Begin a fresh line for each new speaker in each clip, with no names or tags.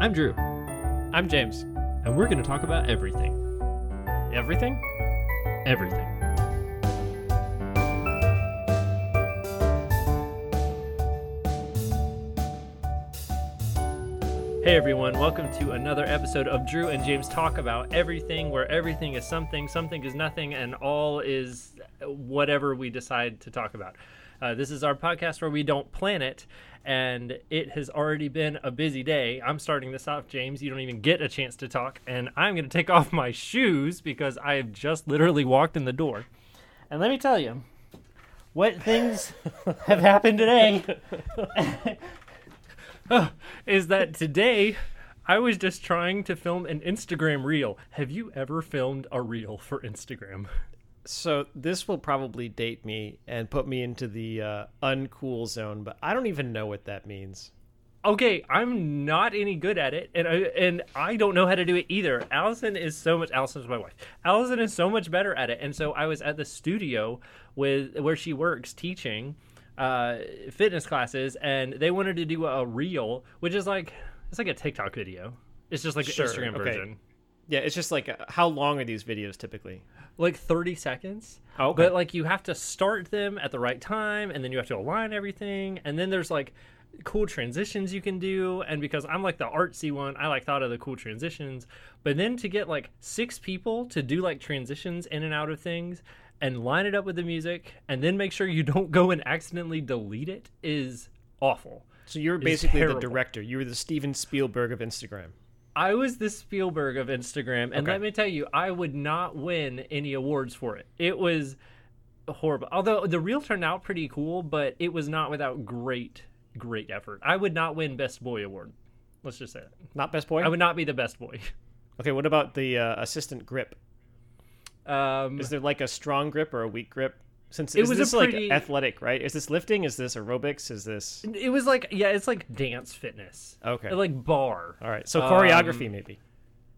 I'm Drew,
I'm James.
and we're going to talk about everything.
Everything?
Everything.
Hey everyone, welcome to another episode of Drew and James Talk About Everything, where everything is something, something is nothing, and all is whatever we decide to talk about. Uh, this is our podcast where we don't plan it, and it has already been a busy day. I'm starting this off, James. You don't even get a chance to talk, and I'm going to take off my shoes because I have just literally walked in the door. And let me tell you, what things have happened today is that today I was just trying to film an Instagram reel. Have you ever filmed a reel for Instagram?
So this will probably date me and put me into the uh, uncool zone, but I don't even know what that means.
Okay, I'm not any good at it, and I, and I don't know how to do it either. Allison is so much. Allison's my wife. Allison is so much better at it, and so I was at the studio with where she works teaching uh, fitness classes, and they wanted to do a reel, which is like it's like a TikTok video. It's just like
Sure,
an Instagram
okay.
version.
Yeah, it's just like uh, how long are these videos typically?
like 30 seconds.
Oh, okay.
But like you have to start them at the right time and then you have to align everything and then there's like cool transitions you can do and because I'm like the artsy one, I like thought of the cool transitions. But then to get like six people to do like transitions in and out of things and line it up with the music and then make sure you don't go and accidentally delete it is awful.
So you're
It's
basically the
terrible.
director. You were the Steven Spielberg of Instagram.
I was the Spielberg of Instagram, and
Okay.
let me tell you, I would not win any awards for it. It was horrible. Although the reel turned out pretty cool, but it was not without great, great effort. I would not win Best Boy award. Let's just say that
Not best boy.
I would not be the best boy.
okay, what about the uh, assistant grip?
Um,
Is there like a strong grip or a weak grip? Since
It
is
was a
this
pretty-
like athletic, right? Is this lifting? Is this aerobics? Is this
it was like yeah, it's like dance fitness.
Okay.
Like um, bar.
all right? So choreography maybe.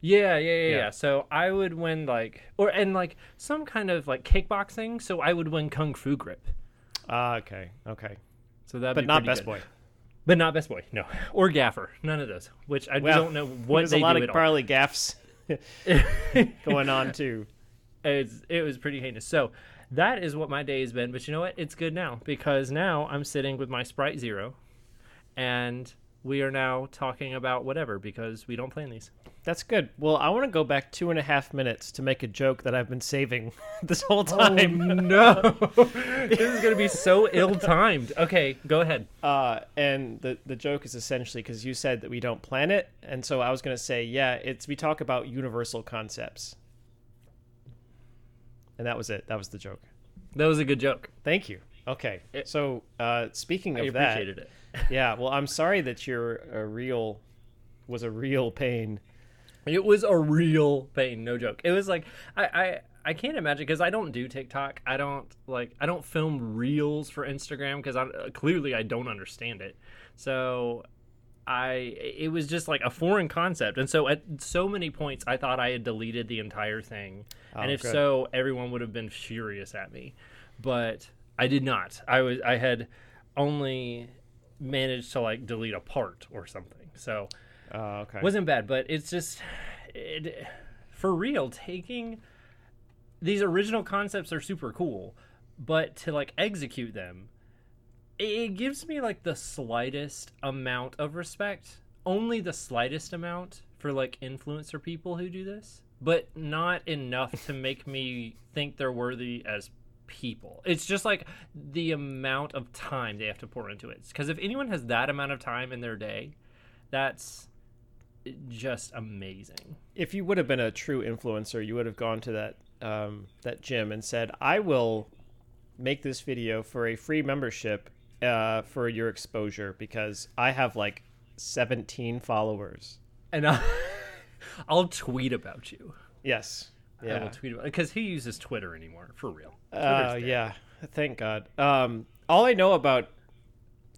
Yeah, yeah, yeah,
Yeah.
yeah. So I would win like or and like some kind of like kickboxing. So I would win kung fu grip.
Ah, okay, okay,
So that,
but not best boy.
But not best boy, no, or gaffer, none of those. Which I
Well,
don't know what
There's
they
a lot
do
of
at all.
probably gaffs going on too.
It's, it was pretty heinous. So that is what my day has been. But you know what? It's good now because now I'm sitting with my Sprite Zero, and we are now talking about whatever because we don't plan these.
That's good. Well, I want to go back two and a half minutes to make a joke that I've been saving this whole
Oh.
time.
no, this is gonna be so ill timed. Okay, go ahead.
Uh, and the, the joke is essentially because you said that we don't plan it. And so I was going to say, yeah, it's we talk about universal concepts. And that was it. That was the joke.
That was a good joke.
Thank you. Okay.
It-
So uh, speaking
Eh. I
of that,
appreciated it.
yeah, well, I'm sorry that your a real was a real pain.
It was a real pain, no joke. It was like I I, I can't imagine because I don't do TikTok. I don't like I don't film reels for Instagram because I uh, clearly I don't understand it. So I it was just like a foreign concept, and so at so many points I thought I had deleted the entire thing, and
Oh,
if
good.
so, everyone would have been furious at me, but I did not. I was I had only managed to like delete a part or something. So
Uh, okay.
wasn't bad, but it's just it, for real. Taking these original concepts are super cool, but to like execute them, it, it gives me like the slightest amount of respect, only the slightest amount for like influencer people who do this, but not enough to make me think they're worthy as people. It's just like the amount of time they have to pour into it. Because if anyone has that amount of time in their day, that's just amazing.
if you would have been a true influencer, you would have gone to that um, that gym and said, "I will make this video for a free membership uh, for your exposure because I have like 17 followers."
And I, I'll tweet about you.
Yes.
I will
Yeah.
tweet about because who uses Twitter anymore for real?
Uh, yeah. Thank God. Um, all I know about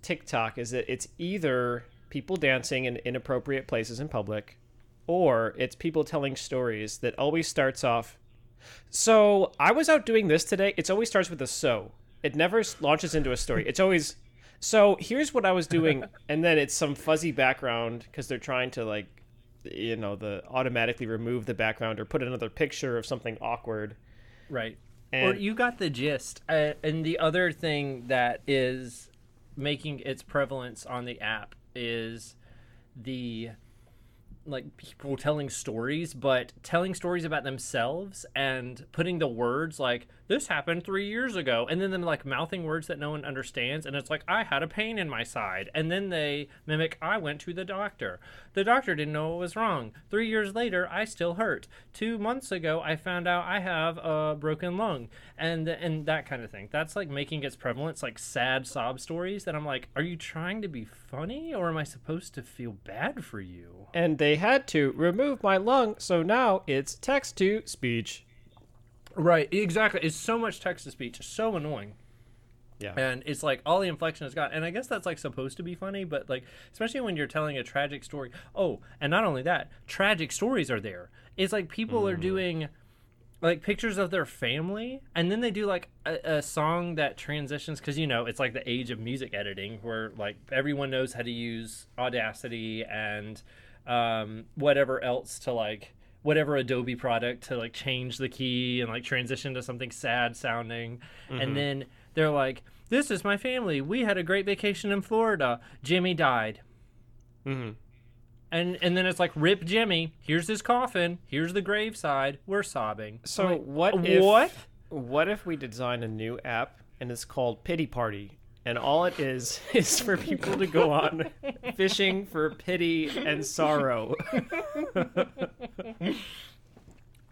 TikTok is that it's either people dancing in inappropriate places in public, or it's people telling stories that always starts off. So I was out doing this today. It always starts with a so. It never s- launches into a story. It's always so. Here's what I was doing, and then it's some fuzzy background because they're trying to like you know the automatically remove the background or put another picture of something awkward.
Right. or
And-
you got the gist. Uh, and the other thing that is making its prevalence on the app is the like people telling stories, but telling stories about themselves and putting the words like this happened three years ago, and then them like mouthing words that no one understands, and it's like I had a pain in my side, and then they mimic I went to the doctor. The doctor didn't know what was wrong. Three years later, I still hurt. Two months ago, I found out I have a broken lung, and and that kind of thing. That's like making its prevalence like sad sob stories. That I'm like, are you trying to be funny, or am I supposed to feel bad for you?
And they had to remove my lung, so now it's text to speech.
Right, exactly. It's so much text to speech, so annoying.
Yeah.
And it's like all the inflection has got. And I guess that's like supposed to be funny, but like, especially when you're telling a tragic story. Oh, and not only that, tragic stories are there. It's like people are doing like pictures of their family and then they do like a, a song that transitions because you know it's like the age of music editing where like everyone knows how to use audacity and um, whatever else to like whatever adobe product to like change the key and like transition to something sad sounding and then they're like this is my family we had a great vacation in florida jimmy died
hmm
and and then it's like rip jimmy here's his coffin here's the graveside we're sobbing
So
Like,
what? If,
what?
What if we design a new app and it's called Pity Party, and all it is is for people to go on fishing for pity and sorrow.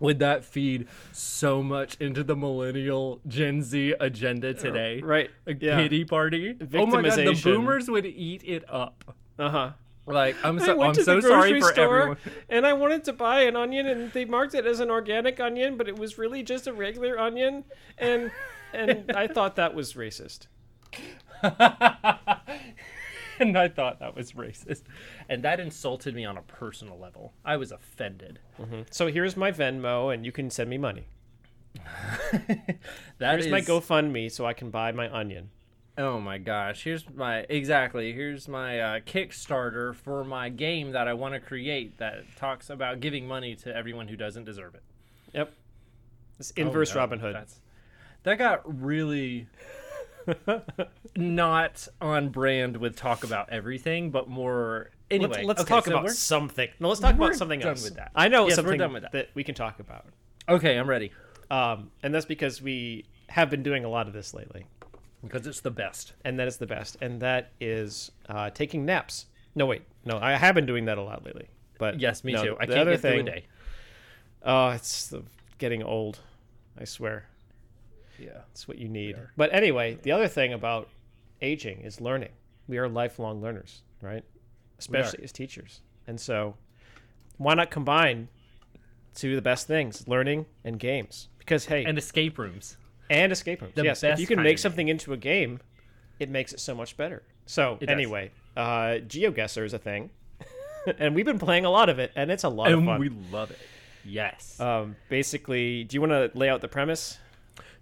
would that feed so much into the millennial Gen Z agenda today?
right.
A
Yeah.
pity party. Oh my god, the
Victimization.
boomers would eat it up.
Uh huh.
Like I'm so
I went
I'm
to
so
the
sorry
grocery
for
store
everyone.
and I wanted to buy an onion, and they marked it as an organic onion, but it was really just a regular onion, and and I thought that was racist.
and I thought that was racist. And that insulted me on a personal level. I was offended.
So here's my Venmo, and you can send me money.
That
Here's
is
my GoFundMe, so I can buy my onion.
Oh my gosh, here's my exactly. Here's my uh, Kickstarter for my game that I want to create that talks about giving money to everyone who doesn't deserve it.
Yep. It's inverse
no,
Robin Hood.
That's that got really not on brand with talk about everything, but more anyway.
let's let's
okay,
talk
so
about
we're-
something. No, let's talk
we're
about something
done
else.
with that.
I know
Yes, we're
something
done with that.
we can talk about,
Okay, I'm ready
um, and that's because we have been doing a lot of this lately,
because it's the best.
and that is the best. And that is uh, taking naps. No, wait, no, I have been doing that a lot lately. But
Yes, me
no,
too. I
the
can't
other
get
thing,
through a day.
Oh, it's the, getting old. I swear,
Yeah.
it's what you need. But anyway, the other thing about aging is learning. We are lifelong learners, right? Especially as teachers. And so, why not combine two of the best things, learning and games? Because hey,
And
and,
escape rooms.
escape rooms.
the
Yes, if
best
you can
kind
make
of
something into a game, it makes it so much better. So
It does.
anyway, uh, GeoGuessr is a thing, and we've been playing a lot of it, and it's a lot of
And
fun.
we love it. Yes.
Um, basically, do you want to lay out the premise?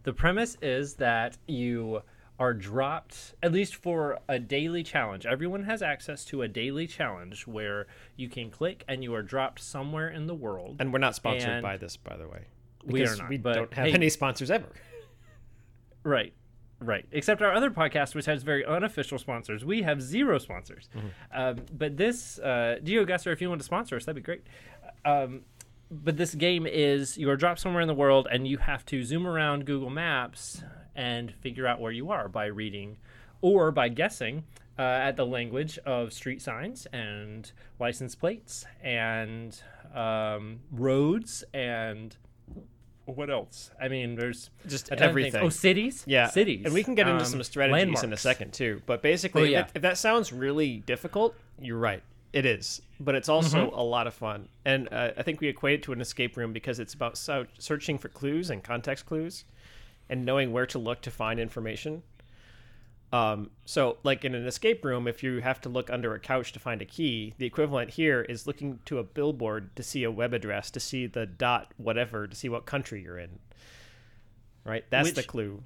The premise is that you are dropped, at least for a daily challenge. Everyone has access to a daily challenge where you can click and you are dropped somewhere in the world.
And we're not sponsored
And-
by this, by the way.
We
Because
are not,
We
but
don't have
hey.
any sponsors ever.
Right. Right. Except our other podcast, which has very unofficial sponsors. We have zero sponsors.
Mm-hmm.
Um, but this, uh, GeoGuessr, if you want to sponsor us, that'd be great. Um, but this game is you are dropped somewhere in the world and you have to zoom around Google Maps and figure out where you are by reading or by guessing uh, at the language of street signs and license plates and um, roads and what else? I mean, there's
Just
a ton of things.
everything.
Oh, cities.
Yeah.
cities.
And we can get into
Um,
some strategies in a
landmarks.
second, too. But basically,
Oh, yeah.
if, if that sounds really difficult, you're right. It is. But it's also
Mm-hmm.
a lot of fun. And uh, I think we equate it to an escape room because it's about so- searching for clues and context clues and knowing where to look to find information. Um, so, like in an escape room, if you have to look under a couch to find a key, the equivalent here is looking to a billboard to see a web address, to see the dot whatever, to see what country you're in. Right? That's
Which-
the clue.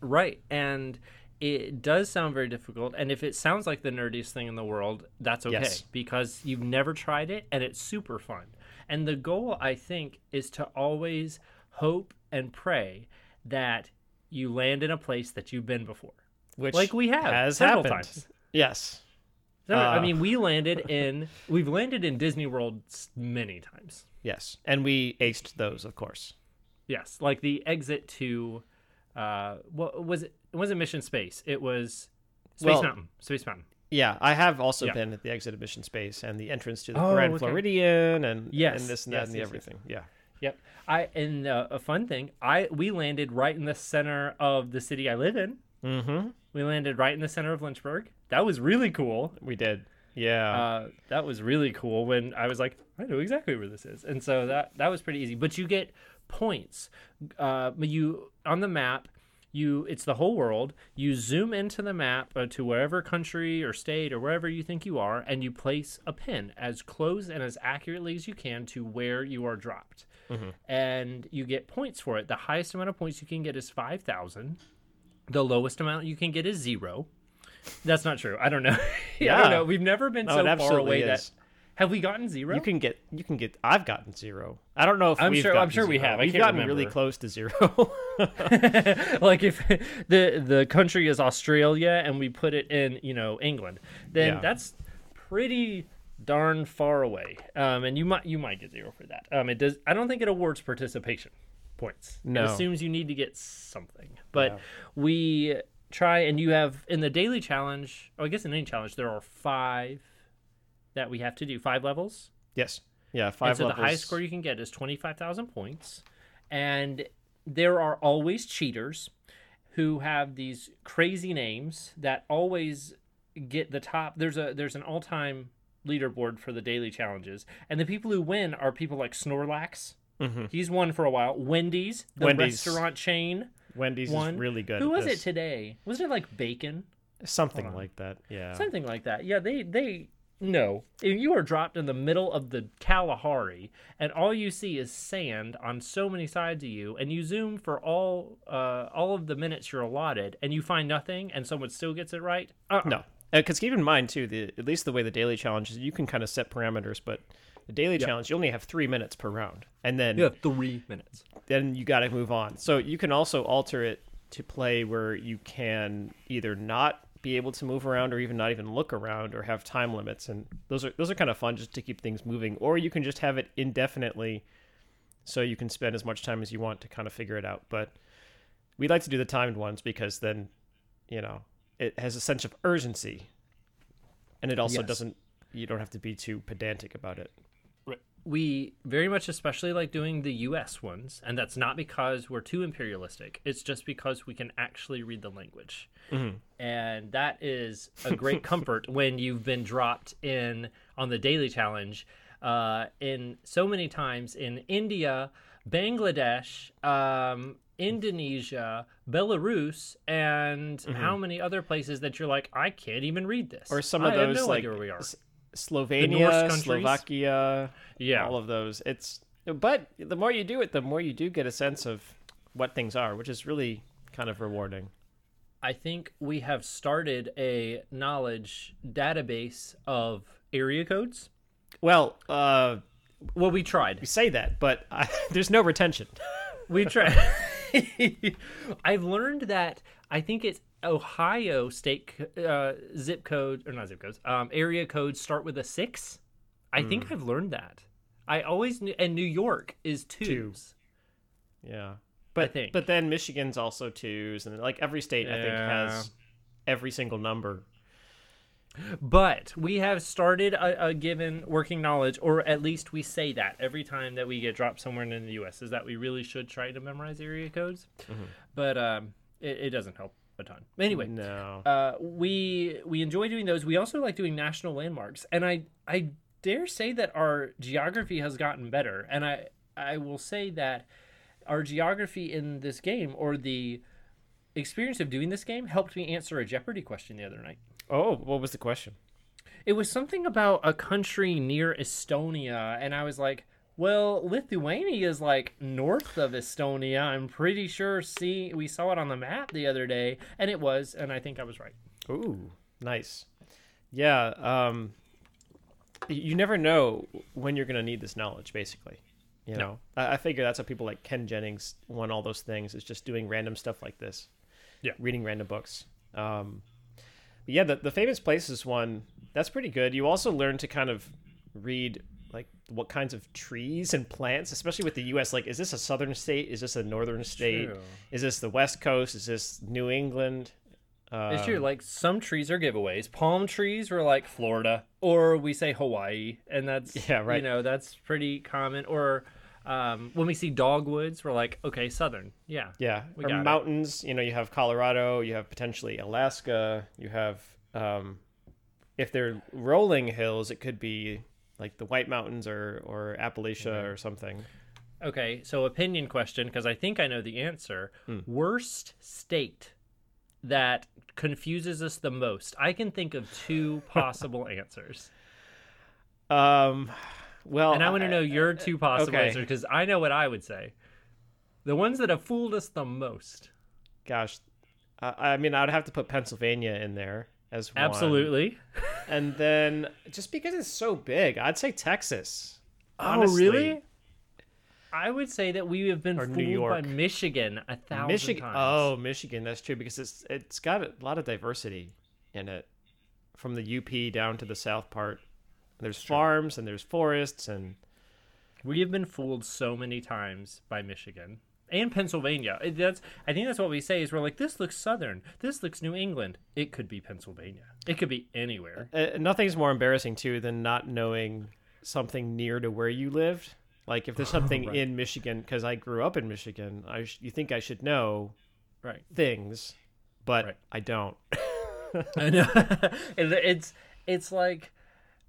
Right, and it does sound very difficult. And if it sounds like the nerdiest thing in the world, that's okay
Yes.
because you've never tried it and it's super fun. And the goal, I think, is to always hope and pray that you land in a place that you've been before.
which
Like we have
has
several
happened.
times.
Yes.
So, I
Uh.
mean, we landed in we've landed in Disney World s- many times.
Yes. And we aced those, of course.
Yes, like the exit to, uh, what was it? It wasn't Mission Space. It was Space
Well-
Mountain. Space Mountain.
Yeah, I have also
Yeah.
been at the exit of Mission Space and the entrance to the
Oh,
Grand
okay.
Floridian and
Yes,
and this and that
yes,
and
yes, yes.
everything.
Yep. I and uh, a fun thing. I we landed right in the center of the city I live in.
Yeah. Mm-hmm.
We landed right in the center of Lynchburg. That was really cool.
We did. Yeah.
Uh, that was really cool when I was like, I know exactly where this is, and so that that was pretty easy. But you get points. Uh, but you on the map, you it's the whole world. You zoom into the map uh, to wherever country or state or wherever you think you are, and you place a pin as close and as accurately as you can to where you are dropped.
Mm-hmm.
And you get points for it. The highest amount of points you can get is five thousand. The lowest amount you can get is zero. That's not true. I don't know. I
Yeah.
don't know. We've never been
No, Oh, it
so far
absolutely
away
is.
that have we gotten zero?
you can get you can get I've gotten zero. I don't know if
Uh, I'm
we've
sure- I'm
gotten
sure we
zero.
have. I
we've
can't
gotten really
remember.
close to zero.
like if the the country is Australia and we put it in you know England, then
Yeah.
that's pretty darn far away. Um, and you might you might get zero for that. Um, it does. I don't think it awards participation points.
No.
It assumes you need to get something. But we try and you have in the daily challenge. Oh, I guess in any challenge there are five that we have to do five levels.
yes. Yeah, five
and so
levels.
the highest score you can get is 25,000 points. And there are always cheaters who have these crazy names that always get the top. There's a there's an all-time leaderboard for the daily challenges. And the people who win are people like Snorlax.
Mm-hmm.
He's won for a while. Wendy's, the
Wendy's.
restaurant chain,
Wendy's
won.
is really good.
Who
at
was
this.
it today? Wasn't it like bacon?
Something like that. Yeah.
something like that. Yeah, they they no. If you are dropped in the middle of the Kalahari and all you see is sand on so many sides of you, and you zoom for all uh, all of the minutes you're allotted, and you find nothing, and someone still gets it right. Uh,
No, because keep in mind too, the at least the way the daily challenge is, you can kind of set parameters, but the daily challenge you only have three minutes per round, and then
three minutes.
then you got to move on. So you can also alter it to play where you can either not be able to move around, or even not even look around, or have time limits, and those are those are kind of fun just to keep things moving, or you can just have it indefinitely, so you can spend as much time as you want to kind of figure it out. But we like to do the timed ones because then, you know, it has a sense of urgency, and it also
Yes.
doesn't. You don't have to be too pedantic about it.
we very much especially like doing the US ones, and that's not because we're too imperialistic. It's just because we can actually read the language.
Mm-hmm.
And that is a great comfort when you've been dropped in on the daily challenge uh, in so many times in India, Bangladesh, um, Indonesia, Belarus, and how many other places that you're like, I can't even read this.
Mm-hmm. or some of
I have
those
no
like
idea where we are.
S-
Norse
Slovenia,
countries.
Slovakia,
Yeah.
all of those. It's but the more you do it, the more you do get a sense of what things are, which is really kind of rewarding.
I think we have started a knowledge database of area codes.
Well, uh,
Well, we
we
tried.
say that, but I, there's no retention.
We tried. I've learned that I think it's Ohio state c- uh, zip code or not zip codes. Um, area codes start with a six. I think I've learned that. I always knew, and New York is twos.
Yeah, but
think.
but then Michigan's also twos, and like every state I think has every single number.
But we have started a, a given working knowledge, or at least we say that every time that we get dropped somewhere in the U.S. is that we really should try to memorize area codes, but um, it, it doesn't help a ton. Anyway,
No,
uh, we we enjoy doing those. We also like doing national landmarks, and I I dare say that our geography has gotten better. And I I will say that our geography in this game, or the experience of doing this game, helped me answer a Jeopardy question the other night.
oh, what was the question?
It was something about a country near Estonia, and I was like, Well, Lithuania is like north of Estonia. I'm pretty sure. See, we saw it on the map the other day, and it was, and I think I was right.
Ooh, nice. Yeah. Um, y- you never know when you're going to need this knowledge, basically. You know, I, I figure that's how people like Ken Jennings won all those things is just doing random stuff like this.
Yeah.
Reading random books. Um, but yeah, the, the famous places one, that's pretty good. You also learn to kind of read like what kinds of trees and plants, especially with the U.S. Like, is this a southern state? Is this a northern state?
True.
Is this the West Coast? Is this New England? Uh,
it's
Um,
true. Like some trees are giveaways. Palm trees were like Florida, or we say Hawaii, and that's
Yeah, right.
You know, that's pretty common. Or um, when we see dogwoods, we're like, okay, southern. Yeah.
Yeah,
We
or
got it.
mountains. You know, you have Colorado, you have potentially Alaska, you have um, if they're rolling hills, it could be like the White Mountains or or Appalachia
Mm-hmm.
or something.
Okay, so opinion question because I think I know the answer.
Hmm.
Worst state that confuses us the most. I can think of two possible answers,
Um, well, uh,
and I want to know your two possible
okay.
answers because I know what I would say. The ones that have fooled us the most.
Gosh, I, I mean, I'd have to put Pennsylvania in there as one.
Absolutely.
and then just because it's so big, I'd say Texas.
Oh,
honestly.
I would say that we have been
Or New
fooled by
York.
Michigan a thousand
Michigan.
times.
Oh, Michigan. That's true because it's it's got a lot of diversity in it, from the UP down to the south part. There's farms and there's forests and
We have been fooled so many times by Michigan and Pennsylvania. It- That's I think that's what we say is we're like this looks southern, this looks New England. It could be Pennsylvania. It could be anywhere.
uh, nothing's more embarrassing too than not knowing something near to where you lived. Like if there's something in Michigan, because I grew up in Michigan, I sh- you think I should know
Right.
things, but
Right.
I don't.
I know. And it's it's like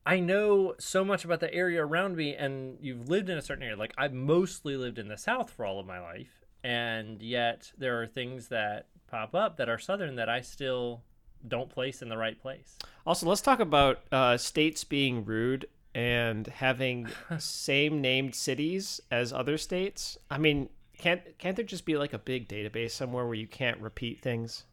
I know so much about the area around me, and you've lived in a certain area. Like I've mostly lived in the South for all of my life, and yet there are things that pop up that are Southern that I still don't place in the right place.
Also, let's talk about uh, states being rude and having same named cities as other states. I mean, can't can't there just be like a big database somewhere where you can't repeat things?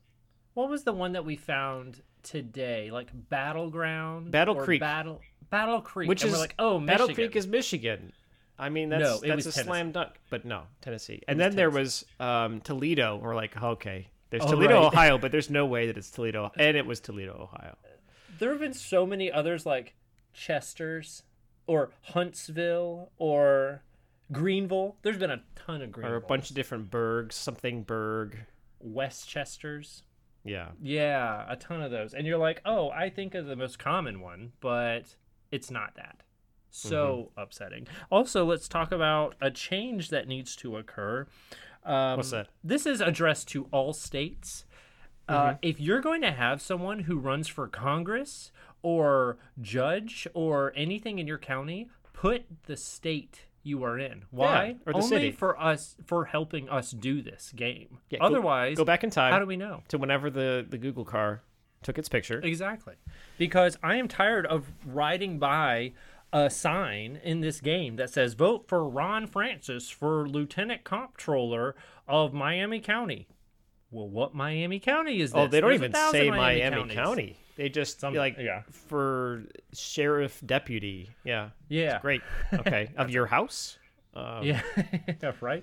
What was the one that we found today? Like Battleground,
Battle
or
Creek.
Battle Battle Creek,
Which
and
is
we're like, oh,
Battle
Michigan.
Creek is Michigan. I mean, that's
No, it
that's a
was
slam dunk. But no, Tennessee. And then there was um, Toledo. We're like, okay, there's
Oh,
Toledo,
right.
Ohio, but there's no way that it's Toledo. And it was Toledo, Ohio.
There have been so many others like Chester's or Huntsville or Greenville. There's been a ton of Greenville.
Or a bunch of different burgs, something burg.
Westchester's.
Yeah.
Yeah, a ton of those. And you're like, oh, I think of the most common one, but it's not that. So
Mm-hmm.
upsetting. Also, let's talk about a change that needs to occur. Um,
What's that?
This is addressed to all states.
Mm-hmm.
Uh, if you're going to have someone who runs for Congress or judge or anything in your county, put the state you are in. Why?
or the
Only
city.
for us for helping us do this game.
Yeah, go-
Otherwise,
go back in time.
How do we know?
to whenever the, the Google car took its picture.
Exactly. Because I am tired of riding by a sign in this game that says vote for Ron Francis for lieutenant comptroller of Miami County. Well, what Miami County is this?
Oh, they don't
There's a
even
thousand
say Miami,
counties.
County. They just
Some-
like
yeah.
for sheriff deputy. Yeah.
Yeah.
Great. Okay. of your house? Um,
Yeah. right?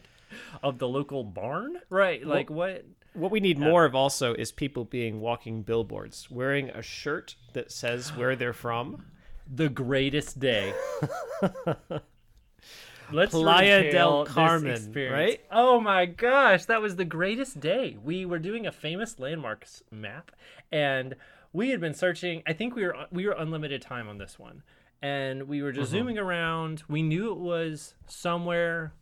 Of the local barn? Right. Like what?
What we need more of also is people being walking billboards, wearing a shirt that says where they're from.
The greatest day. Let's
Playa
recount
del
this
Carmen,
experience.
right?
Oh my gosh, that was the greatest day. We were doing a famous landmarks map, and we had been searching. I think we were we were unlimited time on this one, and we were just
Mm-hmm.
zooming around. We knew it was somewhere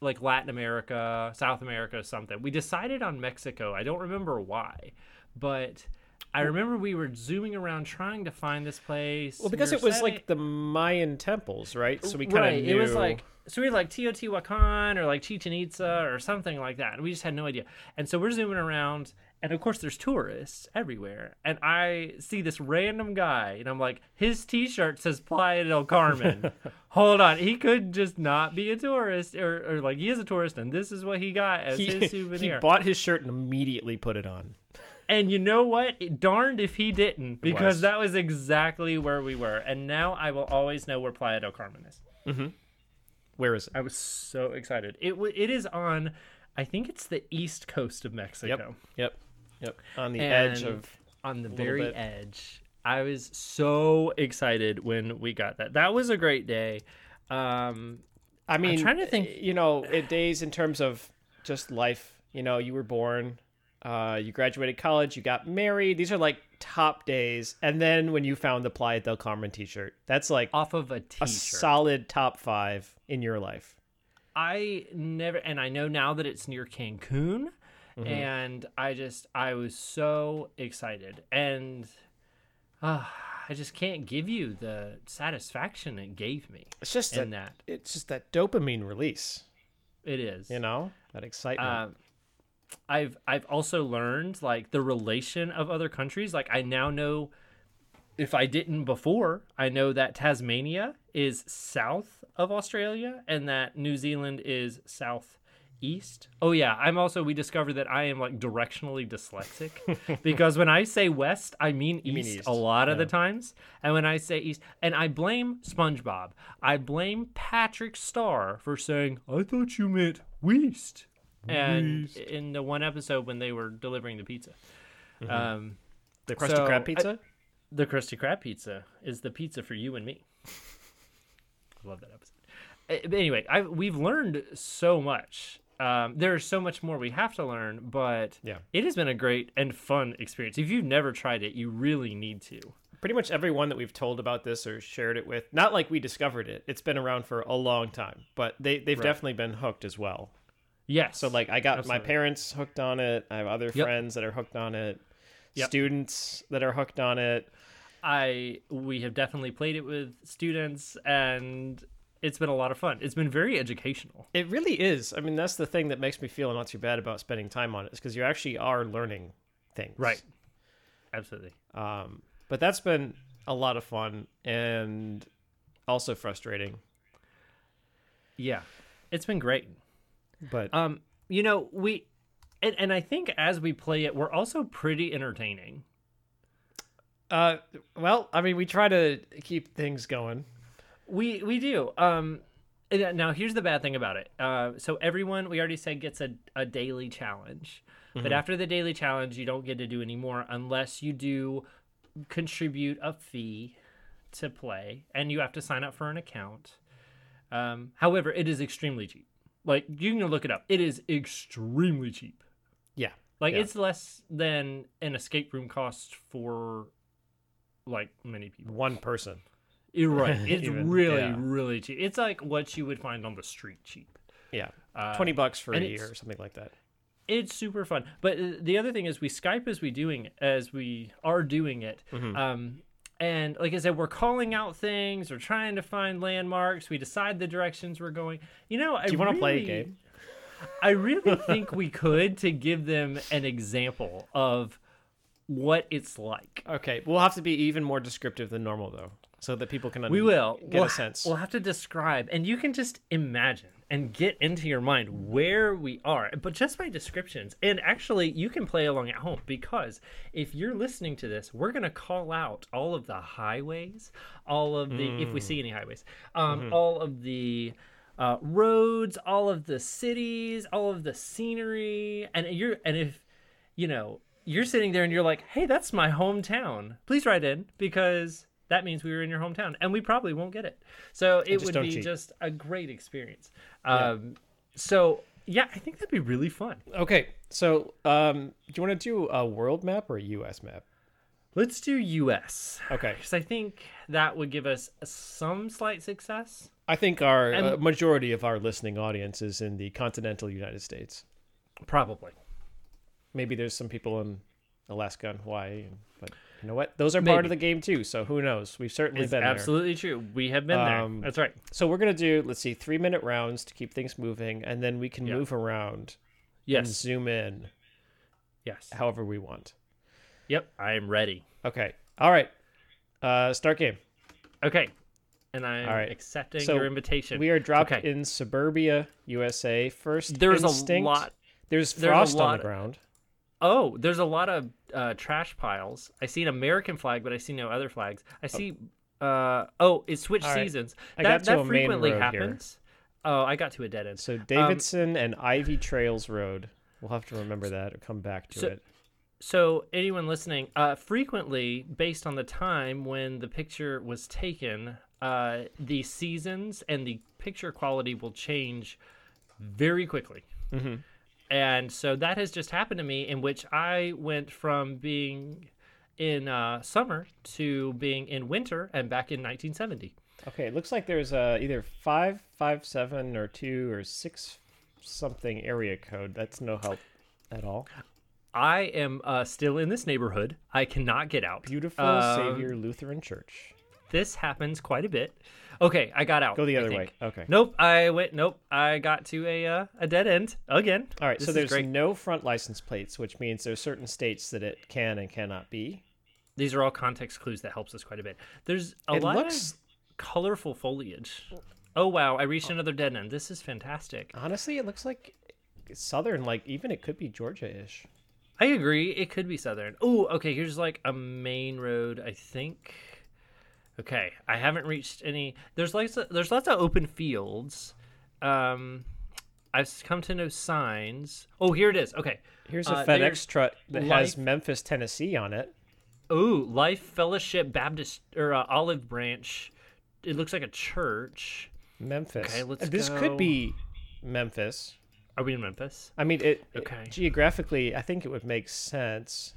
like Latin America, South America, something. We decided on Mexico. I don't remember why, but. I remember we were zooming around trying to find this place.
Well, because it was like the Mayan temples, right? So we kind of
right.
knew.
It was like so we had like Teotihuacan or like Chichen Itza or something like that. And we just had no idea. And so we're zooming around And of course, there's tourists everywhere. And I see this random guy, and I'm like, his t shirt says Playa del Carmen. Hold on. He could just not be a tourist, or, or like he is a tourist, and this is what he got as
He,
his
he
souvenir.
bought his shirt and immediately put it on.
And you know what? Darned if he didn't, because
was.
that was exactly where we were. And now I will always know where Playa del Carmen is.
Where is it?
I was so excited. It w- it is on, I think it's the east coast of
Yep.
Mexico.
Yep. Yep. On the edge
And
of
on the
little
very
bit.
edge. I was so excited when we got that. That was a great day. Um,
I mean,
trying to think-
You know, it days in terms of just life. You know, you were born, uh, you graduated college, you got married. These are like top days. And then when you found the Playa del Carmen T-shirt, that's like
off of a
a
t-shirt.
solid top five in your life.
I never, and I know now that it's near Cancun,
Mm-hmm.
and I just, I was so excited, and uh, I just can't give you the satisfaction it gave me
It's just
in
that,
that.
It's just that dopamine release.
It is,
You know, that excitement.
Um, I've I've also learned like the relation of other countries. Like I now know, if I didn't before, I know that Tasmania is south of Australia and that New Zealand is south east. Oh yeah, I'm also we discovered that I am like directionally dyslexic because when I say west, I mean east,
mean east,
a lot of the times, and when I say east, and I blame SpongeBob, I blame Patrick Starr for saying I thought you meant west and in the one episode when they were delivering the pizza. Um,
the crusty
so I-
crab pizza.
the Krusty Krab pizza is the pizza for you and me. I love that episode. Uh, But anyway, I, we've learned so much. Um, there's so much more we have to learn, but
Yeah.
it has been a great and fun experience. If you've never tried it, you really need to.
Pretty much everyone that we've told about this or shared it with, not like we discovered it. It's been around for a long time, but they they've definitely been hooked as well.
Yes.
So like I got my
Absolutely.
parents hooked on it. I have other
Yep.
friends that are hooked on it.
Yep.
Students that are hooked on it.
I we have definitely played it with students, and it's been a lot of fun. It's been very educational.
It really is. I mean, that's the thing that makes me feel not too bad about spending time on it is because you actually are learning things.
Absolutely.
Um, but that's been a lot of fun and also frustrating.
Yeah. It's been great.
But
Um, you know, we and, and I think as we play it, we're also pretty entertaining.
uh, well, I mean, we try to keep things going.
We we do. Um and now here's the bad thing about it. Uh, so everyone we already said gets a, a daily challenge. But after the daily challenge, you don't get to do any more unless you do contribute a fee to play and you have to sign up for an account. Um, however, it is extremely cheap. Like you can look it up. It is extremely cheap.
Yeah.
Like
Yeah.
it's less than an escape room costs for like many people.
One person.
You're right. It's
Even,
really,
yeah.
really cheap. It's like what you would find on the street cheap.
Yeah. 20 bucks for
Uh,
a
and it's-
year or something like that.
It's super fun. But uh, the other thing is we Skype as we doing as we are doing it.
Mm-hmm.
Um and like I said, we're calling out things, we're trying to find landmarks, we decide the directions we're going. You know, I
Do you want to play a
really-
game?
I really think we could to give them an example of what it's like.
Okay, we'll have to be even more descriptive than normal though, so that people can un-
We will
get
we'll,
a sense.
We'll have to describe, and you can just imagine and get into your mind where we are, but just by descriptions. And actually, you can play along at home because if you're listening to this, we're gonna call out all of the highways, all of the if
Hmm.
we see any highways, um,
Mm-hmm.
all of the. Uh, roads, all of the cities, all of the scenery, and you're and if you know, you're sitting there and you're like, hey, that's my hometown. Please write in because that means we were in your hometown and we probably won't get it. So it
just
would
don't
be
cheat.
just a great experience. Um, So, yeah, I think that'd be really fun.
okay, so um, do you want to do a world map or a U.S. map?
Let's do US
Okay,
because I think that would give us some slight success.
I think our uh,
And-
majority of our listening audience is in the continental United States.
Probably.
Maybe there's some people in Alaska and Hawaii, and, but you know what? Those are part
Maybe.
of the game too. So who knows? We've certainly
It's
been there.
absolutely true. We have been
Um,
there. That's right.
So we're gonna do let's see, three minute rounds to keep things moving, and then we can
Yeah.
move around and
Yes.
zoom in
Yes.
however we want.
Yep. I am ready.
Okay. All right. Uh, start game.
Okay. And I'm
All right.
accepting
So,
your invitation.
We are dropped
Okay.
in suburbia, USA. First,
There's
instinct.
a lot.
There's
there's a
frost on
lot-
the ground.
Oh, there's a lot of uh, trash piles. I see an American flag, but I see no other flags. I see. Uh, oh, it switched
Oh. All right.
seasons.
I
that
got to
that
a main
frequently
road here.
happens. Oh, I got to a dead end.
So
Um,
Davidson and Ivy Trails Road. We'll have to remember that or come back to
So-
it.
So, anyone listening, uh, frequently, based on the time when the picture was taken, uh, the seasons and the picture quality will change very quickly. And so that has just happened to me, in which I went from being in uh, summer to being in winter and back in 1970.
Okay, it looks like there's uh, either five, five, seven, or two, or six, something area code. That's no help at all.
I am uh, still in this neighborhood. I cannot get out.
Beautiful
Um,
Savior Lutheran Church.
This happens quite a bit. Okay, I got out.
Go the
I
other
think.
way. Okay.
Nope, I went. Nope, I got to a uh, a dead end again.
All right,
This
so
is
there's
great.
no front license plates, which means there's certain states that it can and cannot be.
These are all context clues that helps us quite a bit. There's a
It
lot
looks-
of colorful foliage. Oh wow, I reached another dead end. This is fantastic.
Honestly, it looks like southern, like even it could be Georgia-ish.
I agree. It could be southern. Oh, okay. Here's like a main road, I think. Okay, I haven't reached any. There's lots. Of, there's lots of open fields. Um, I've come to no signs. Oh, here it is. Okay.
Here's a
Uh, there's
FedEx truck that has
life-
Memphis, Tennessee on it.
Oh, Life Fellowship Baptist or uh, Olive Branch. It looks like a church.
Memphis.
Okay, let's
this
go.
could be Memphis.
Are we in Memphis?
I mean, it, it-
Okay.
geographically, I think it would make sense.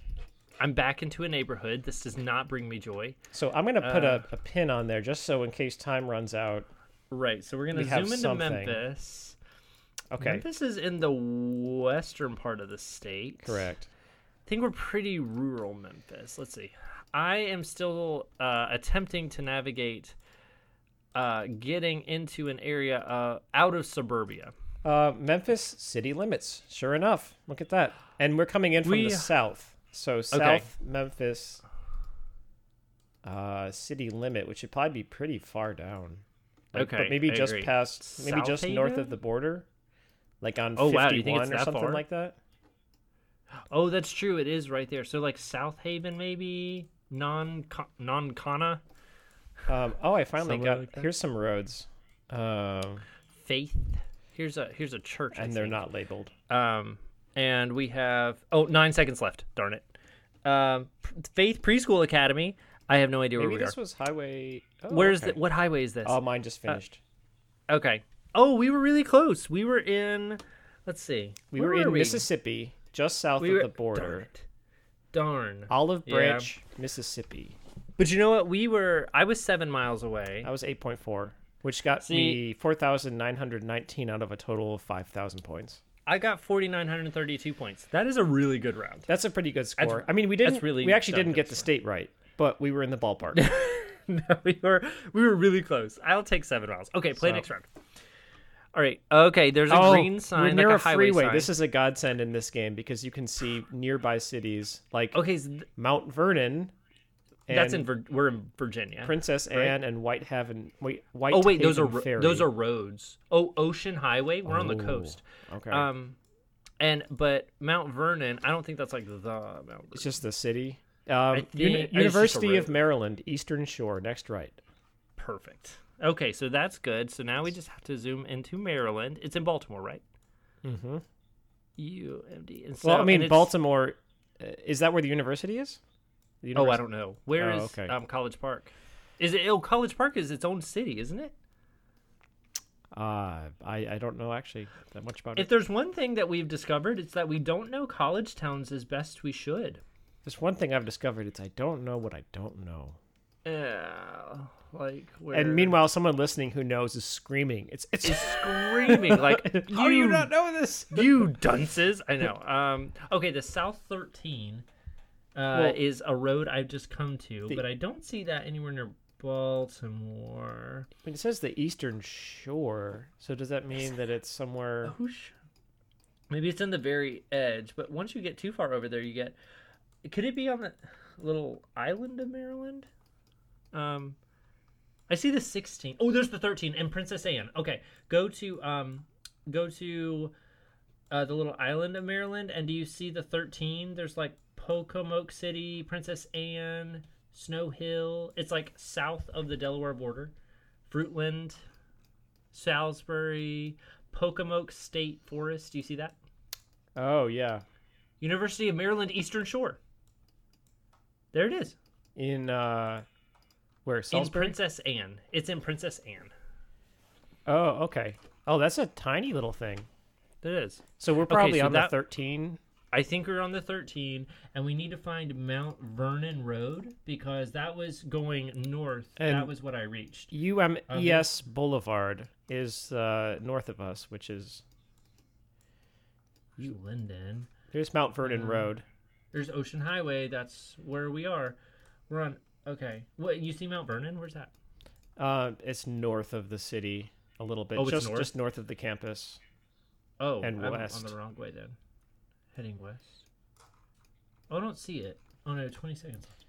I'm back into a neighborhood. This does not bring me joy.
So I'm going to put
Uh.
a, a pin on there just so in case time runs out.
Right. So we're gonna
We have
zoom into
something.
Memphis.
Okay,
Memphis is in the western part of the state.
correct.
I think we're pretty rural Memphis. Let's see. I am still uh, attempting to navigate uh, getting into an area uh, out of suburbia.
Uh, Memphis city limits. Sure enough, look at that. And we're coming in from
We-
the south, so South Memphis uh, city limit, which should probably be pretty far down. Like,
Okay,
but maybe
I
just
agree.
past, maybe
South
just north
Haven?
of the border, like on
Oh, wow, you think
51
it's
or
that
something
far?
like that.
Oh, that's true. It is right there. So like South Haven, maybe non non Kana
Um, oh, I finally
Somewhere
got.
like that?
here's some roads, um,
Faith. Here's a here's a church, I
and they're not labeled.
think. Um, and we have oh nine seconds left. Darn it. Um, P- Faith Preschool Academy. I have no idea where
Maybe
we are.
this was highway. Oh,
Where's
okay.
the uh, what highway is this?
Oh, mine just finished.
okay. Oh, we were really close. We were in. Let's see.
we
Where
were
were
in Mississippi, just south
We
of
were
the
Darn.
border. Uh,
it. Darn.
Olive
Yeah.
Branch, Mississippi.
But you know what? We were. I was seven miles away.
I was 8.4, which got
See-
me 4,919 out of a total of 5,000 points.
I got forty nine hundred thirty two points. That is a really good round.
That's a pretty good score. I mean, we didn't.
really
we actually
not a
didn't
good
get the state right, but we were in the ballpark.
No, we were we were really close. I'll take seven miles. Okay, play
So- Oh,
next round. All right. Okay, there's a green sign,
we're
like
near
a,
a
highway
freeway.
sign.
This is a godsend in this game because you can see nearby cities like
okay. so th-
Mount Vernon. And
that's in Vir- we're in Virginia.
Princess Anne and Whitehaven. Wait, White
oh wait, those are
Haven
ro-
Ferry.
those are roads. Oh, Ocean Highway. We're on the
Oh,
coast.
Okay,
Um, and but Mount Vernon. I don't think that's like the Mount. Vernon.
it's just the city. Um,
think-
Uni-
it's just a
University of
road.
Maryland, Eastern Shore, next right.
Perfect. Okay, so that's good. So now we just have to zoom into Maryland. It's in Baltimore, right?
Mm-hmm.
UMD. And so,
Well, I
and
mean,
it's-
Baltimore. uh, Is that where the university is? The
Oh, I
university-
don't know. Where is
Oh, okay.
um, College Park? Is it? Oh, College Park is its own city, isn't it?
Uh, I I don't know actually that much about
If
it.
there's one thing that we've discovered, it's that we don't know college towns as best we should.
There's one thing I've discovered. It's I don't know what I don't know.
Uh, like where
And meanwhile, someone listening who knows is screaming. It's it's.
screaming like
How do you not know this?
you dunces. I know. Um, okay, the South 13 uh,
Well-
is a road I've just come to,
The-
but I don't see that anywhere near Baltimore.
I mean, it says the Eastern Shore. So does that mean that it's somewhere?
Whoosh. Oh, Maybe it's in the very edge, but once you get too far over there, you get. Could it be on the little island of Maryland? Um, I see the 16. Oh, there's the 13 and Princess Anne. Okay, go to um, go to uh, the little island of Maryland, and do you see the 13? There's like Pocomoke City, Princess Anne, Snow Hill. It's like south of the Delaware border, Fruitland, Salisbury, Pocomoke State Forest. Do you see that?
Oh yeah,
University of Maryland Eastern Shore. There it is.
in uh, where
In
Salisbury.
Princess Anne. It's in Princess Anne.
oh, okay. Oh, that's a tiny little thing.
There it is.
So we're probably
so
on
that-
the thirteen.
I think we're on the 13, and we need to find Mount Vernon Road because that was going north. that
And-
was what I reached.
UMES E
Uh-huh.
Boulevard is uh, north of us, which is
You Linden.
there's Mount Vernon
Uh-huh.
Road.
There's Ocean Highway. That's where we are. We're on. Okay. What you see Mount Vernon? Where's that?
Uh, it's north of the city a little bit,
Oh, it's
just
north?
just north of the campus.
Oh,
And
I'm
west.
on the wrong way then. Heading west. Oh, I don't see it. Oh no, 20 seconds left.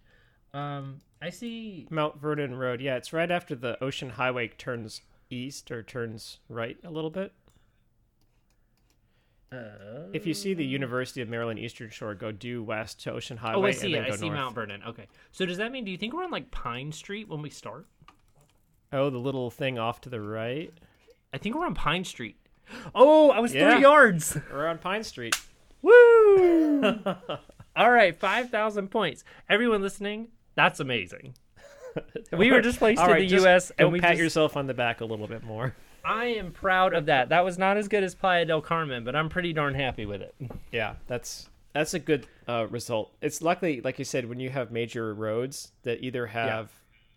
Um, I see.
Mount Vernon Road. Yeah, it's right after the Ocean Highway turns east or turns right a little bit.
Uh,
If you see the University of Maryland Eastern Shore, go due west to Ocean Highway.
oh, I see
and
it.
then
I
go
see
north.
Mount Vernon. Okay. So does that mean? Do you think we're on like Pine Street when we start?
Oh, the little thing off to the right.
I think we're on Pine Street. Oh, I was
Yeah.
three yards.
We're on Pine Street.
Woo! All right, 5,000 points. Everyone listening, that's amazing. We were displaced
All
to
right,
the
just
U.S.
Go
and we
pat
just-
yourself on the back a little bit more.
I am proud of that. That was not as good as Playa del Carmen, but I'm pretty darn happy with it.
Yeah, that's that's a good uh, result. It's luckily, like you said, when you have major roads that either have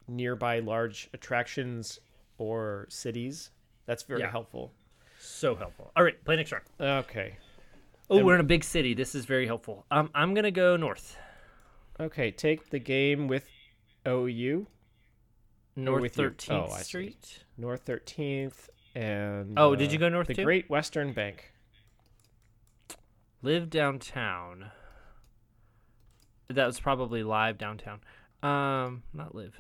nearby large attractions or cities, that's very
Yeah.
helpful.
So helpful. All right, play next round.
Okay,
Oh, we're in a big city. This is very helpful. Um, I'm gonna go north,
okay, take the game with OU
North
with you.
Thirteenth
Oh, I see.
Street.
North Thirteenth and uh,
Oh, did you go north
The
too?
Great Western Bank.
Live downtown. That was probably live downtown. Um, not live.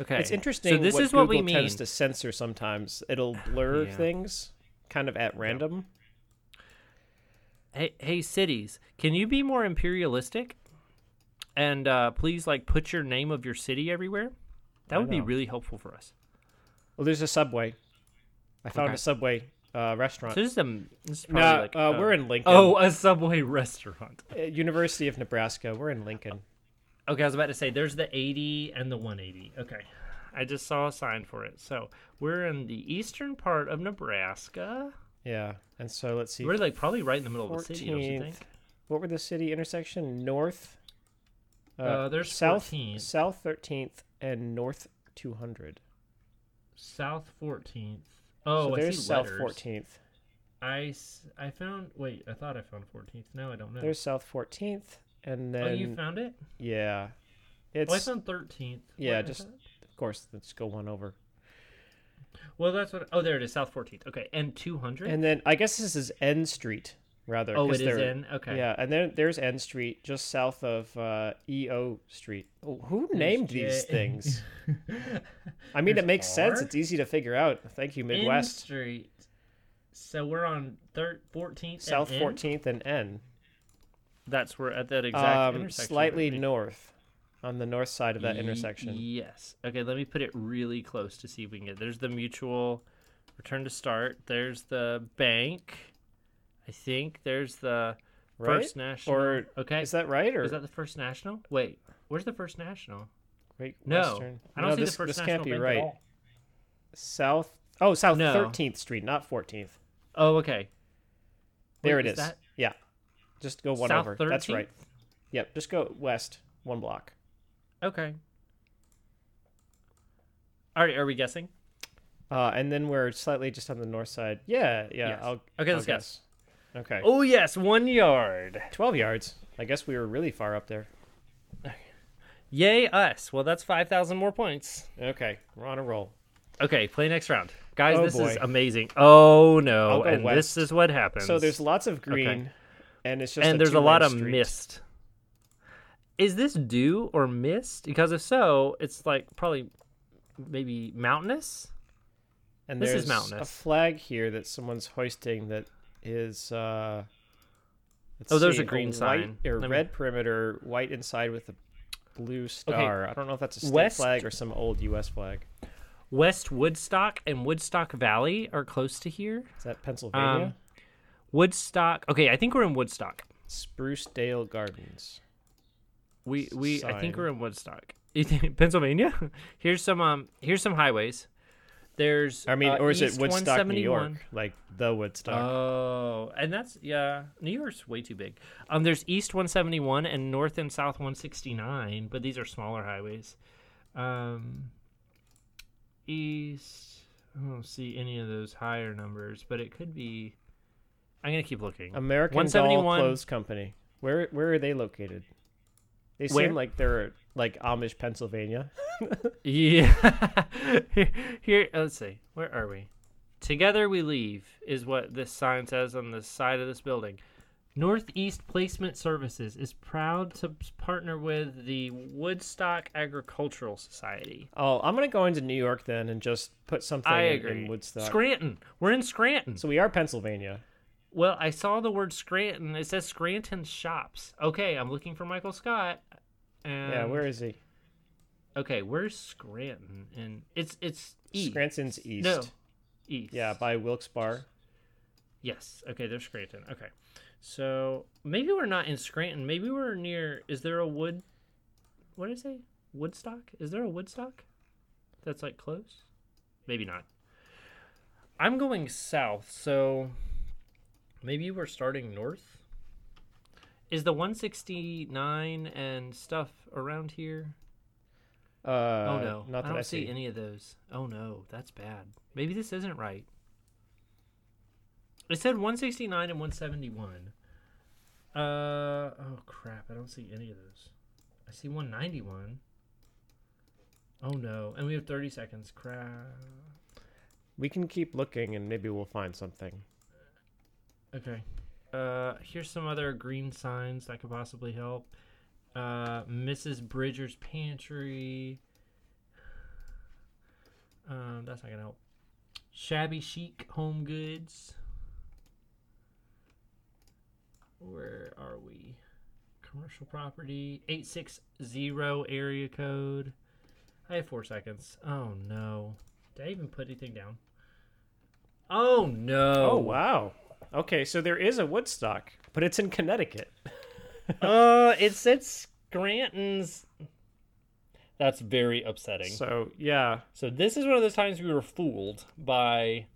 Okay,
It's interesting.
So this
what
is
Google
what we mean.
tends to censor sometimes. It'll blur
Yeah.
things kind of at random.
hey, hey, cities, can you be more imperialistic? And uh, please, like, put your name of your city everywhere. That
I
would be
know.
really helpful for us.
Well, there's a subway. I found
Okay.
a subway uh, restaurant.
So this is a. This is probably
No,
like,
uh,
a-
we're in Lincoln.
Oh, a Subway restaurant.
Uh, University of Nebraska. We're in Lincoln.
Okay, I was about to say there's the 80 and the 180. Okay. I just saw a sign for it. So we're in the eastern part of Nebraska.
Yeah, and so let's see.
We're like probably right in the middle of the city, don't you think?
Fourteenth. What were the city intersection? North.
Uh, there's
south
14th.
South Thirteenth and North Two Hundred.
South 14th. Oh,
so
I
there's
see
South
letters.
Fourteenth.
I, s- I found, wait, I thought I found 14th. Now I don't know.
There's South Fourteenth, and
oh,
then
you found it?
yeah,
Oh, I
it's
found 13th.
yeah.
What- I
just
thought-
of course, let's go one over.
Well, that's what, oh, there it is, South 14th. Okay, and 200?
And then I guess this is N Street rather.
oh,
'cause
it is
they're-
in? Okay.
Yeah, and then there's N Street, just south of uh, EO Street. Oh, who named these
J-
things? I mean, it
There's
makes sense.
R.
It's easy to figure out. Thank you,
N
Midwest.
Street. So we're on thir- 14th.
South
and N?
14th and N.
That's where at that exact
Um,
intersection.
slightly
right?
north, on the north side of that
Ye-
intersection.
Yes. Okay, let me put it really close to see if we can get. There's the mutual return to start. There's the bank. I think there's the
Right?
First National.
Or
okay,
Is that right? Or
is that the First National? Wait, where's the First National?
Great
No,
Western?
I don't
no,
see
this,
the First
this
National
can't be
Bank at
right.
all.
South. Oh, South
No.
13th Street, not 14th.
Oh, okay.
There
Wait,
it
is
is.
that-
Yeah. Just go one
South
over. That's
13th?
right. Yep. Just go west one block.
Okay. All right. Are we guessing?
Uh, and then we're slightly just on the north side. Yeah, yeah.
Yes.
I'll,
Okay,
I'll
let's guess.
Okay,
Oh yes, one yard.
12 yards. I guess we were really far up there.
Yay us. Well, that's five thousand more points.
Okay, we're on a roll.
Okay, play next round. Guys,
Oh,
this is
boy.
amazing. Oh no!
I'll go
And
west.
this is what happens.
So there's lots of green, and it's just
and there's a
two-lane
lot of
street.
mist. Is this dew or mist? Because if so, it's like probably maybe mountainous.
And
This
there's
is
a
mountainous.
flag here that someone's hoisting that is. Uh, let's
Oh, there's
see,
a green
white-
sign.
or
Let me-
red perimeter, white inside with a blue star. I don't know if that's a state
West-
flag or some old U.S. flag.
West Woodstock and Woodstock Valley are close to here.
Is that Pennsylvania?
Um, Woodstock. Okay, I think we're in Woodstock.
Spruce Dale Gardens.
We we I think
Sign.
we're in Woodstock, You think- Pennsylvania. Here's some um here's some highways. There's
I mean,
uh,
or is
East
it Woodstock, New
171.
York? Like the Woodstock.
Oh, and that's yeah. New York's way too big. Um, there's East 171 and North and South 169, but these are smaller highways. Um, East. I don't see any of those higher numbers, but it could be. I'm gonna keep looking.
American Doll Clothes Company. Where where are they located? They seem
Where?
like they're like Amish, Pennsylvania.
Yeah. here, here, let's see. Where are we? Together we leave is what this sign says on the side of this building. Northeast Placement Services is proud to partner with the Woodstock Agricultural Society.
Oh, I'm gonna go into New York then and just put something
I
in-
agree.
in Woodstock.
Scranton. We're in Scranton.
so we are Pennsylvania.
Well, I saw the word Scranton. It says Scranton Shops. Okay, I'm looking for Michael Scott. And
yeah, where is he?
Okay, where's Scranton? And it's it's east.
Scranton's east.
E. No. East.
Yeah, by Wilkes Barre.
Yes. Okay, there's Scranton. Okay. So maybe we're not in Scranton. Maybe we're near is there a wood what did I say? Woodstock? Is there a Woodstock? That's like close? Maybe not. I'm going south, so maybe we're starting north. Is the 169 and stuff around here?
Uh,
oh no.
Not
I
that
don't
I,
see any of those. Oh no, that's bad. Maybe this isn't right. It said 169 and 171. Uh oh crap, I don't see any of those. I see 191. Oh no, and we have 30 seconds. Crap.
We can keep looking and maybe we'll find something.
Okay. Uh here's some other green signs that could possibly help. Uh Mrs. Bridger's pantry. Um, that's not gonna help. Shabby chic home goods. Where are we? Commercial property. Eight six zero area code. I have four seconds. Oh no. Did I even put anything down? Oh no.
Oh wow. Okay, so there is a Woodstock, but it's in Connecticut.
Uh, it said Scranton's. That's very upsetting. So,
So yeah,
this is one of those times we were fooled by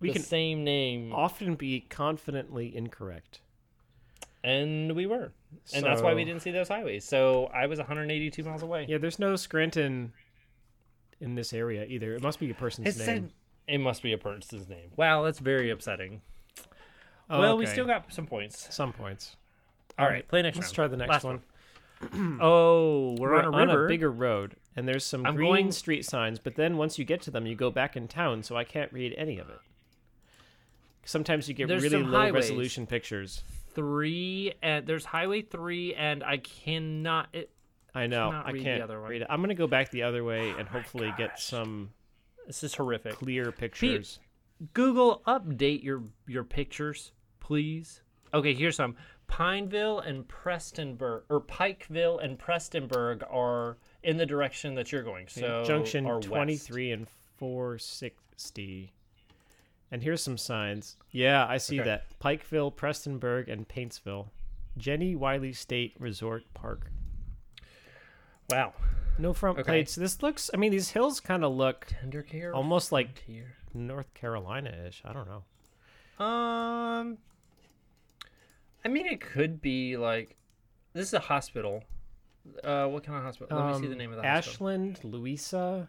we
the
can
same name,
often be confidently incorrect.
and we were, and that's why we
So-
didn't see those highways. So I was 182 miles away.
Yeah, there's no Scranton in this area either. It must be a person's name.
it must be a person's name. Wow, that's very upsetting.
Oh,
well, we still got some points.
some points.
All right, play next
Let's
round.
try the
Last
next one.
Oh, we're,
We're
on a river.
bigger road, and there's some
I'm
green
going-
street signs. But then once you get to them, you go back in town, so I can't read any of it. Sometimes you get
There's
really
some
low
highways.
resolution pictures.
three, and there's Highway Three, and I cannot. It,
I know.
cannot
I
read the
can't
other one. Oh
read it. I'm gonna go back the other way and hopefully get some
this is horrific.
clear pictures.
Google update your your pictures, please. Okay, here's some. Pineville and Prestonburg or Pikeville and Prestonburg are in the direction that you're going. So
Junction
are west.
23 and 460. And here's some signs. Yeah, I see
Okay.
that. Pikeville, Prestonburg, and Paintsville. Jenny Wiley State Resort Park.
Wow.
No front
Okay.
plates. This looks, I mean, these hills kind of look
Tender care.
almost like
here.
North Carolina ish. I don't know.
Um I mean it could be like this is a hospital. Uh what kind of hospital? Let me see
Um,
the name of the hospital.
Ashland, Louisa.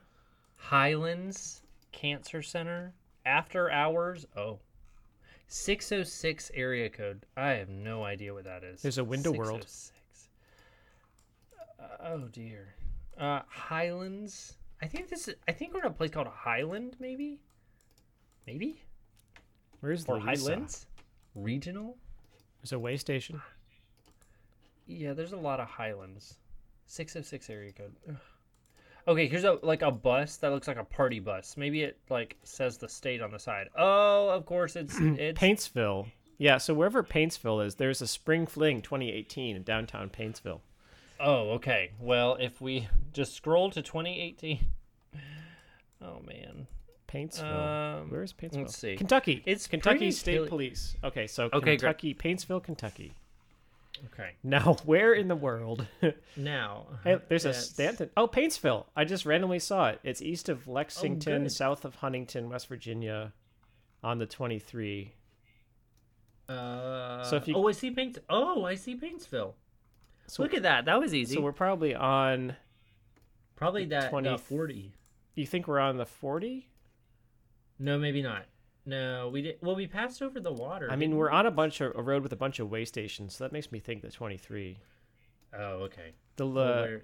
Highlands Cancer Center. After hours. Oh. 606 area code. I have no idea what that is.
There's a Window World.
606. Oh dear. Uh Highlands. I think this is I think we're in a place called Highland maybe.
Maybe. Where's
Or
Louisa?
Highlands? Regional?
There's a way station.
Yeah, there's a lot of Highlands. Six of six area code. Ugh. Okay, here's a like a bus that looks like a party bus. Maybe it like says the state on the side. Oh, of course it's it's
Paintsville. Yeah, so wherever Paintsville is, there's a Spring Fling 2018 in downtown Paintsville.
Oh, okay. Well, if we just scroll to 2018. Oh man.
Paintsville.
Um,
Where is Paintsville?
let's see.
Kentucky.
It's pretty
Kentucky State
hilly.
Police. Okay, so
Okay, great.
Kentucky, Paintsville, Kentucky.
Okay.
Now, where in the world?
Now.
Hey, there's a
that's-
Stanton. Oh, Paintsville. I just randomly saw it. It's east of Lexington,
Oh, good.
south of Huntington, West Virginia, on the 23.
Uh,
So if you-
oh, I see Paints. Oh, I see Paintsville.
So-
Look at that. That was easy.
So we're probably on.
Probably that
20
uh, 40.
You think we're on the 40?
No, maybe not. No, we did. Well, we passed over the water.
I mean, we're on a bunch of a road with a bunch of way stations, so that makes me think the 23.
Oh, okay.
The
Well,
La-
we're-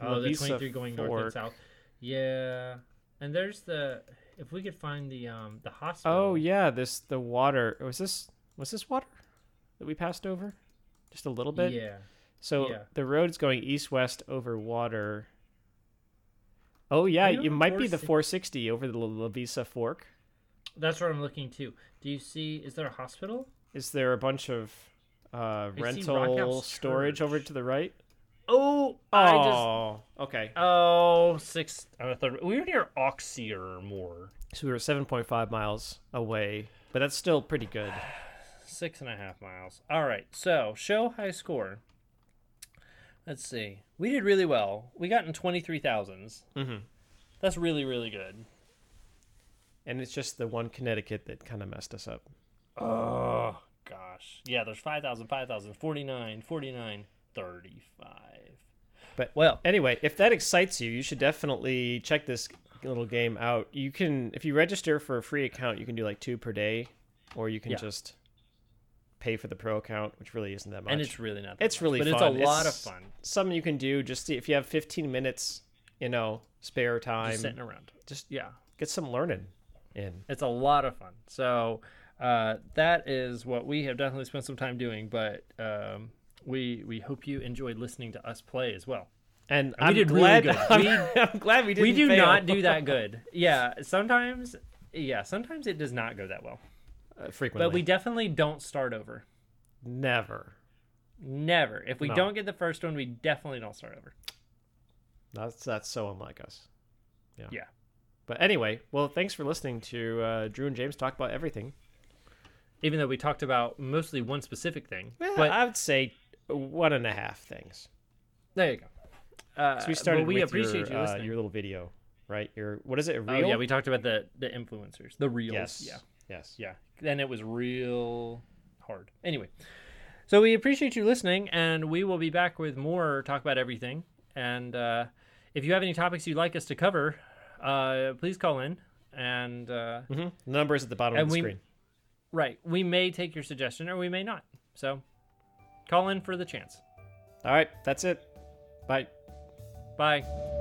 oh, the
Lavisa
23 going north and
Fork.
south. Yeah. And there's the if we could find the um the hospital.
Oh yeah, this the water. Was this was this water that we passed over? Just a little bit.
Yeah.
So
yeah.
the road's going east west over water. Oh yeah,
Are you
it
on
might be the
460?
460 over the La Visa Fork.
That's what I'm looking to. Do you see? Is there a hospital?
Is there a bunch of uh,
I see Rock
rental
House
storage over
Church.
to the right?
Oh, I just.
Oh, okay.
Oh, six. I thought we were near Oxy or more.
So we were 7.5 miles away, but that's still pretty good.
Six and a half miles. All right. So show high score. Let's see. We did really well. We got in twenty three thousands.
Mhm.
That's really really good.
And it's just the one Connecticut that kind of messed us up.
Oh gosh. Yeah. There's 5,000, 5,000, 49, 49, 35.
But
Well,
anyway, if that excites you, you should definitely check this little game out. You can, if you register for a free account, you can do like two per day, or you can
Yeah.
just pay for the pro account, which really isn't that much.
and it's really not. that
it's
much,
really
but
fun.
it's a lot
It's
of fun.
Something you can do just to- if you have 15 minutes, you know, spare time,
Just
just,
sitting around. Yeah.
get some learning in.
It's a lot of fun. So uh, that is what we have definitely spent some time doing. But um, we we hope you enjoyed listening to us play as well.
And I'm
did really
glad,
good.
I'm,
We-
I'm glad we didn't.
we do
fail.
not do that good. Yeah, sometimes. Yeah, sometimes it does not go that well.
Uh, frequently,
But we definitely don't start over.
never.
Never. If we
No.
don't get the first one, we definitely don't start over.
That's that's so unlike us. Yeah.
Yeah.
But anyway, well, thanks for listening to uh, Drew and James talk about everything.
Even though we talked about mostly one specific thing.
but
but
I would say one and a half things.
there you go. Uh,
'Cause we started.
but we
with
appreciate
your,
you
uh,
listening.
your little video, right? Your what is it?
oh
Real?
yeah, we talked about the the influencers, the reels.
yes.
Yeah.
Yes.
yeah then it was real hard anyway so we appreciate you listening and we will be back with more talk about everything and uh, if you have any topics you'd like us to cover uh, please call in and uh,
Mhm. The number is at the bottom
And
of the
we-
screen.
right we may take your suggestion or we may not so call in for the chance
All right, that's it. Bye.
bye